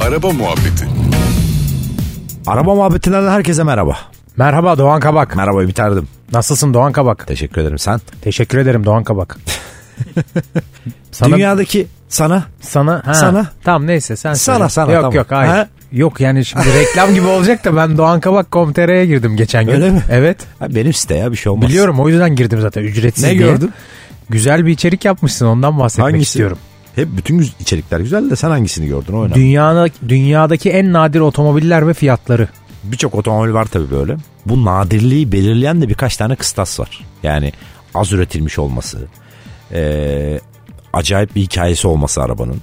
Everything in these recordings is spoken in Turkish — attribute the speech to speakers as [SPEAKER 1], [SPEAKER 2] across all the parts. [SPEAKER 1] Araba muhabbeti.
[SPEAKER 2] Araba muhabbetinden herkese merhaba.
[SPEAKER 3] Merhaba Doğan Kabak.
[SPEAKER 2] Merhaba biterdim.
[SPEAKER 3] Nasılsın Doğan Kabak?
[SPEAKER 2] Teşekkür ederim sen.
[SPEAKER 3] Teşekkür ederim Doğan Kabak. sana,
[SPEAKER 2] Dünyadaki sana
[SPEAKER 3] sana, ha,
[SPEAKER 2] Sana.
[SPEAKER 3] Tamam neyse sen
[SPEAKER 2] Sana,
[SPEAKER 3] söyle.
[SPEAKER 2] sana,
[SPEAKER 3] Yok
[SPEAKER 2] tamam.
[SPEAKER 3] yok hayır.
[SPEAKER 2] Ha?
[SPEAKER 3] Yok yani şimdi reklam gibi olacak da ben Doğan Kabak.com.tr'ye girdim geçen gün.
[SPEAKER 2] Öyle mi?
[SPEAKER 3] Evet.
[SPEAKER 2] Ha, benim site ya bir şey olmaz.
[SPEAKER 3] Biliyorum o yüzden girdim zaten ücretsiz
[SPEAKER 2] Ne
[SPEAKER 3] diye.
[SPEAKER 2] gördün?
[SPEAKER 3] Güzel bir içerik yapmışsın ondan bahsetmek
[SPEAKER 2] Hangisi?
[SPEAKER 3] istiyorum.
[SPEAKER 2] Hep bütün güz- içerikler güzel de sen hangisini gördün o önemli.
[SPEAKER 3] Dünyada, dünyadaki en nadir otomobiller ve fiyatları.
[SPEAKER 2] Birçok otomobil var tabii böyle. Bu nadirliği belirleyen de birkaç tane kıstas var. Yani az üretilmiş olması, eee, acayip bir hikayesi olması arabanın.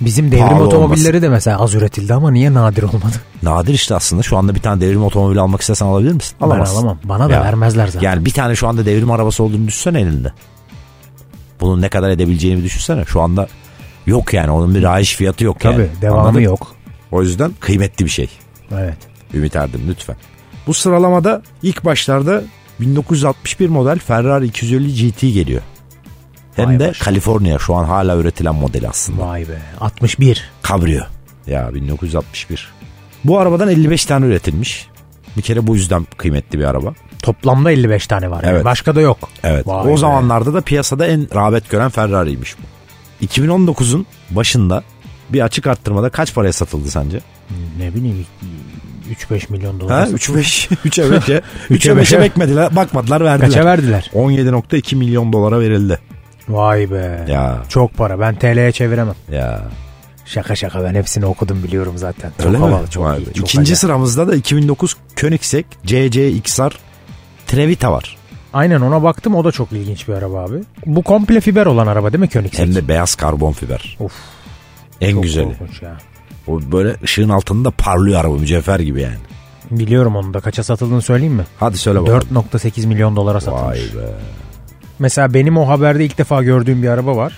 [SPEAKER 3] Bizim devrim
[SPEAKER 2] Pahalı
[SPEAKER 3] otomobilleri de mesela az üretildi ama niye nadir olmadı?
[SPEAKER 2] Nadir işte aslında şu anda bir tane devrim otomobili almak istesen alabilir misin? Alamazsın.
[SPEAKER 3] Ben alamam. Bana da
[SPEAKER 2] Ya.
[SPEAKER 3] vermezler zaten.
[SPEAKER 2] Yani bir tane şu anda devrim arabası olduğunu düşünsene elinde. Bunun ne kadar edebileceğini bir düşünsene. Şu anda yok yani onun bir rayiş fiyatı yok
[SPEAKER 3] Tabii
[SPEAKER 2] yani.
[SPEAKER 3] devamı
[SPEAKER 2] Anladın?
[SPEAKER 3] yok.
[SPEAKER 2] O yüzden kıymetli bir şey.
[SPEAKER 3] Evet.
[SPEAKER 2] Ümit Erdin lütfen. Bu sıralamada ilk başlarda 1961 model Ferrari 250 GT geliyor. Hem
[SPEAKER 3] Vay
[SPEAKER 2] de
[SPEAKER 3] başına.
[SPEAKER 2] Kaliforniya şu an hala üretilen modeli aslında.
[SPEAKER 3] Vay be. 61.
[SPEAKER 2] Cabrio. Ya 1961. Bu arabadan 55 tane üretilmiş. Bir kere bu yüzden kıymetli bir araba.
[SPEAKER 3] Toplamda 55 tane var. yani.
[SPEAKER 2] Evet.
[SPEAKER 3] Başka da yok.
[SPEAKER 2] Evet.
[SPEAKER 3] Vay
[SPEAKER 2] o
[SPEAKER 3] be.
[SPEAKER 2] zamanlarda da piyasada en rağbet gören Ferrari'ymiş bu. 2019'un başında bir açık arttırmada kaç paraya satıldı sence?
[SPEAKER 3] Ne bileyim 3-5 milyon dolar.
[SPEAKER 2] Ha 3 5 3'e 5'e 3'e
[SPEAKER 3] Üçe beşe.
[SPEAKER 2] 5'e bekmediler, bakmadılar verdiler.
[SPEAKER 3] Kaça verdiler?
[SPEAKER 2] 17.2 milyon dolara verildi.
[SPEAKER 3] Vay be.
[SPEAKER 2] Ya.
[SPEAKER 3] Çok para. Ben TL'ye çeviremem.
[SPEAKER 2] Ya.
[SPEAKER 3] Şaka şaka ben hepsini okudum biliyorum zaten. Çok
[SPEAKER 2] Öyle mi?
[SPEAKER 3] havalı, çok
[SPEAKER 2] Vay
[SPEAKER 3] iyi,
[SPEAKER 2] be.
[SPEAKER 3] çok
[SPEAKER 2] İkinci
[SPEAKER 3] acayip.
[SPEAKER 2] sıramızda da 2009 Koenigsegg CC XR Trevita var.
[SPEAKER 3] Aynen ona baktım o da çok ilginç bir araba abi. Bu komple fiber olan araba değil mi Koenigsegg?
[SPEAKER 2] Hem de beyaz karbon fiber.
[SPEAKER 3] Of.
[SPEAKER 2] En
[SPEAKER 3] çok
[SPEAKER 2] güzeli.
[SPEAKER 3] korkunç ya.
[SPEAKER 2] O böyle ışığın altında parlıyor araba mücevher gibi yani.
[SPEAKER 3] Biliyorum onu da kaça satıldığını söyleyeyim mi?
[SPEAKER 2] Hadi söyle bakalım.
[SPEAKER 3] 4.8 milyon dolara satılmış.
[SPEAKER 2] Vay be.
[SPEAKER 3] Mesela benim o haberde ilk defa gördüğüm bir araba var.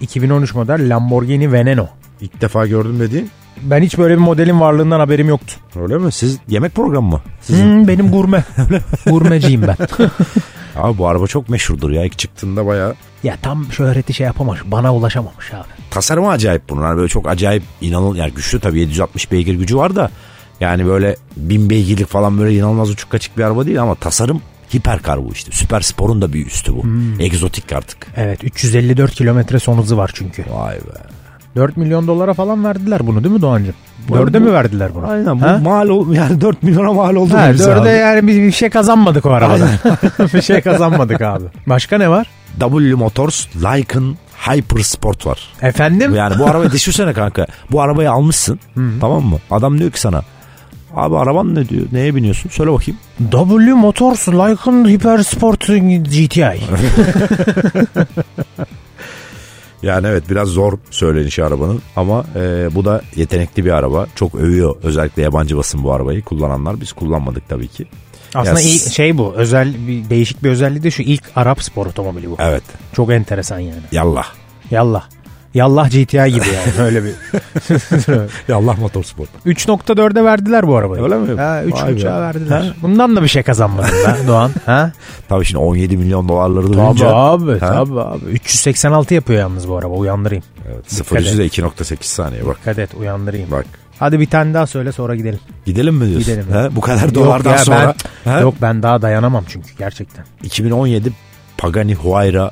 [SPEAKER 3] 2013 model Lamborghini Veneno.
[SPEAKER 2] İlk defa gördüm dediğin.
[SPEAKER 3] Ben hiç böyle bir modelin varlığından haberim yoktu.
[SPEAKER 2] Öyle mi? Siz yemek programı mı? Sizin.
[SPEAKER 3] Hmm, benim gurme. Gurmeciyim ben.
[SPEAKER 2] Abi bu araba çok meşhurdur ya. İlk çıktığında bayağı.
[SPEAKER 3] ya tam şöhreti şey yapamamış. Bana ulaşamamış abi.
[SPEAKER 2] Tasarımı acayip bunun. Hani böyle çok acayip inanıl yani güçlü tabii 760 beygir gücü var da. Yani böyle bin beygirlik falan böyle inanılmaz uçuk kaçık bir araba değil ama tasarım hiperkar bu işte. Süper sporun da bir üstü bu. Egzotik artık.
[SPEAKER 3] Evet 354 kilometre son hızı var çünkü.
[SPEAKER 2] Vay be.
[SPEAKER 3] 4 milyon dolara falan verdiler bunu değil mi Doğancığım?
[SPEAKER 2] Bu-
[SPEAKER 3] 4'e mi verdiler bunu?
[SPEAKER 2] Aynen bu
[SPEAKER 3] Ha?
[SPEAKER 2] mal ol yani 4 milyona mal oldu.
[SPEAKER 3] Ha,
[SPEAKER 2] bize
[SPEAKER 3] dörde
[SPEAKER 2] abi.
[SPEAKER 3] yani biz bir şey kazanmadık o arabadan. bir şey kazanmadık abi. Başka ne var?
[SPEAKER 2] W Motors Lycan Hypersport var.
[SPEAKER 3] Efendim?
[SPEAKER 2] Yani bu arabayı düşünsene kanka. Bu arabayı almışsın. tamam mı? Adam diyor ki sana. Abi araban ne diyor? Neye biniyorsun? Söyle bakayım.
[SPEAKER 3] W Motors Lycan Hypersport GTI.
[SPEAKER 2] Yani evet biraz zor söylenişi arabanın ama e, bu da yetenekli bir araba. Çok övüyor özellikle yabancı basın bu arabayı kullananlar. Biz kullanmadık tabii ki.
[SPEAKER 3] Aslında
[SPEAKER 2] Ya
[SPEAKER 3] iyi-
[SPEAKER 2] s-
[SPEAKER 3] şey bu özel bir değişik bir özelliği de şu ilk Arap spor otomobili bu.
[SPEAKER 2] Evet
[SPEAKER 3] Çok enteresan yani.
[SPEAKER 2] yallah.
[SPEAKER 3] Yallah. Yallah GTI gibi yani öyle bir.
[SPEAKER 2] Yallah motorsport.
[SPEAKER 3] 3.4'e verdiler bu arabayı.
[SPEAKER 2] Öyle mi?
[SPEAKER 3] Ha,
[SPEAKER 2] Vay
[SPEAKER 3] 3.5'a
[SPEAKER 2] be.
[SPEAKER 3] verdiler. Bundan da bir şey kazanmadım ben Doğan. Ha?
[SPEAKER 2] Tabii şimdi 17 milyon dolarları
[SPEAKER 3] Tabii
[SPEAKER 2] duyunca.
[SPEAKER 3] abi,
[SPEAKER 2] Ha?
[SPEAKER 3] tabii abi. 386 yapıyor yalnız bu araba uyandırayım.
[SPEAKER 2] Evet, 0
[SPEAKER 3] Dikkat
[SPEAKER 2] yüzde 2.8 saniye bak.
[SPEAKER 3] Dikkat et uyandırayım.
[SPEAKER 2] Bak.
[SPEAKER 3] Hadi bir tane daha söyle sonra gidelim.
[SPEAKER 2] Gidelim mi diyorsun?
[SPEAKER 3] Gidelim.
[SPEAKER 2] Ha, bu kadar
[SPEAKER 3] Yok
[SPEAKER 2] dolardan
[SPEAKER 3] ya,
[SPEAKER 2] sonra.
[SPEAKER 3] ben,
[SPEAKER 2] Ha?
[SPEAKER 3] Yok ben daha dayanamam çünkü gerçekten.
[SPEAKER 2] 2017 Pagani Huayra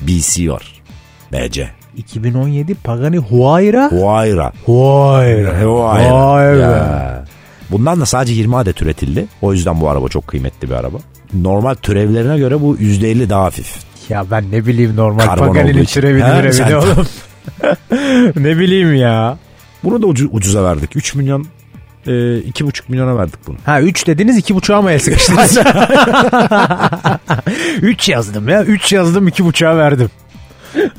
[SPEAKER 2] BC var. BC.
[SPEAKER 3] 2017 Pagani Huayra.
[SPEAKER 2] Huayra.
[SPEAKER 3] Huayra. Vay be.
[SPEAKER 2] Ya. Bundan da sadece 20 adet üretildi. O yüzden bu araba çok kıymetli bir araba. Normal türevlerine göre bu %50 daha hafif.
[SPEAKER 3] Ya ben ne bileyim normal
[SPEAKER 2] Karbon olduğu
[SPEAKER 3] Paganini
[SPEAKER 2] için.
[SPEAKER 3] türevini
[SPEAKER 2] Ha,
[SPEAKER 3] mürevini
[SPEAKER 2] sen-
[SPEAKER 3] oğlum. ne bileyim ya.
[SPEAKER 2] Bunu da ucu- ucuza verdik. 3 milyon e, 2,5 milyona verdik bunu.
[SPEAKER 3] Ha 3 dediniz 2.5'a mı el sıkıştınız? 3 yazdım ya. 3 yazdım 2.5'a verdim.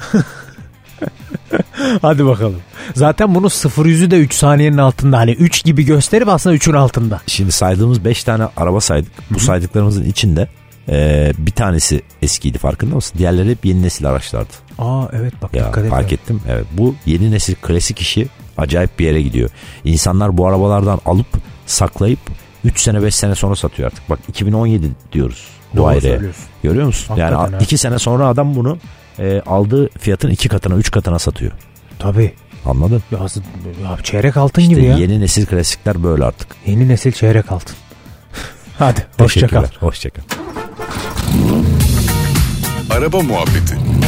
[SPEAKER 3] Hadi bakalım. Zaten bunun 0 yüzü de 3 saniyenin altında. Hani 3 gibi gösterip aslında 3'ün altında.
[SPEAKER 2] Şimdi saydığımız 5 tane araba saydık. Bu saydıklarımızın içinde e, bir tanesi eskiydi farkında mısın? Diğerleri hep yeni nesil araçlardı.
[SPEAKER 3] Aa evet bak
[SPEAKER 2] Ya,
[SPEAKER 3] dikkat et.
[SPEAKER 2] fark ettim. Evet, bu yeni nesil klasik işi acayip bir yere gidiyor. İnsanlar bu arabalardan alıp saklayıp 3 sene 5 sene sonra satıyor artık. Bak 2017 diyoruz bu
[SPEAKER 3] Doğru
[SPEAKER 2] ayrıya.
[SPEAKER 3] söylüyorsun.
[SPEAKER 2] Görüyor musun?
[SPEAKER 3] Hakikaten
[SPEAKER 2] yani
[SPEAKER 3] ha.
[SPEAKER 2] 2 sene sonra adam bunu e, aldığı fiyatın 2 katına 3 katına satıyor.
[SPEAKER 3] Tabii.
[SPEAKER 2] Anladın?
[SPEAKER 3] Ya, aslında- ya çeyrek altın
[SPEAKER 2] İşte
[SPEAKER 3] gibi ya. Yeni...
[SPEAKER 2] yeni nesil klasikler böyle artık.
[SPEAKER 3] nesil çeyrek altın. Hadi hoşça kal.
[SPEAKER 2] Teşekkürler, Hoşça kal.
[SPEAKER 1] Araba Muhabbeti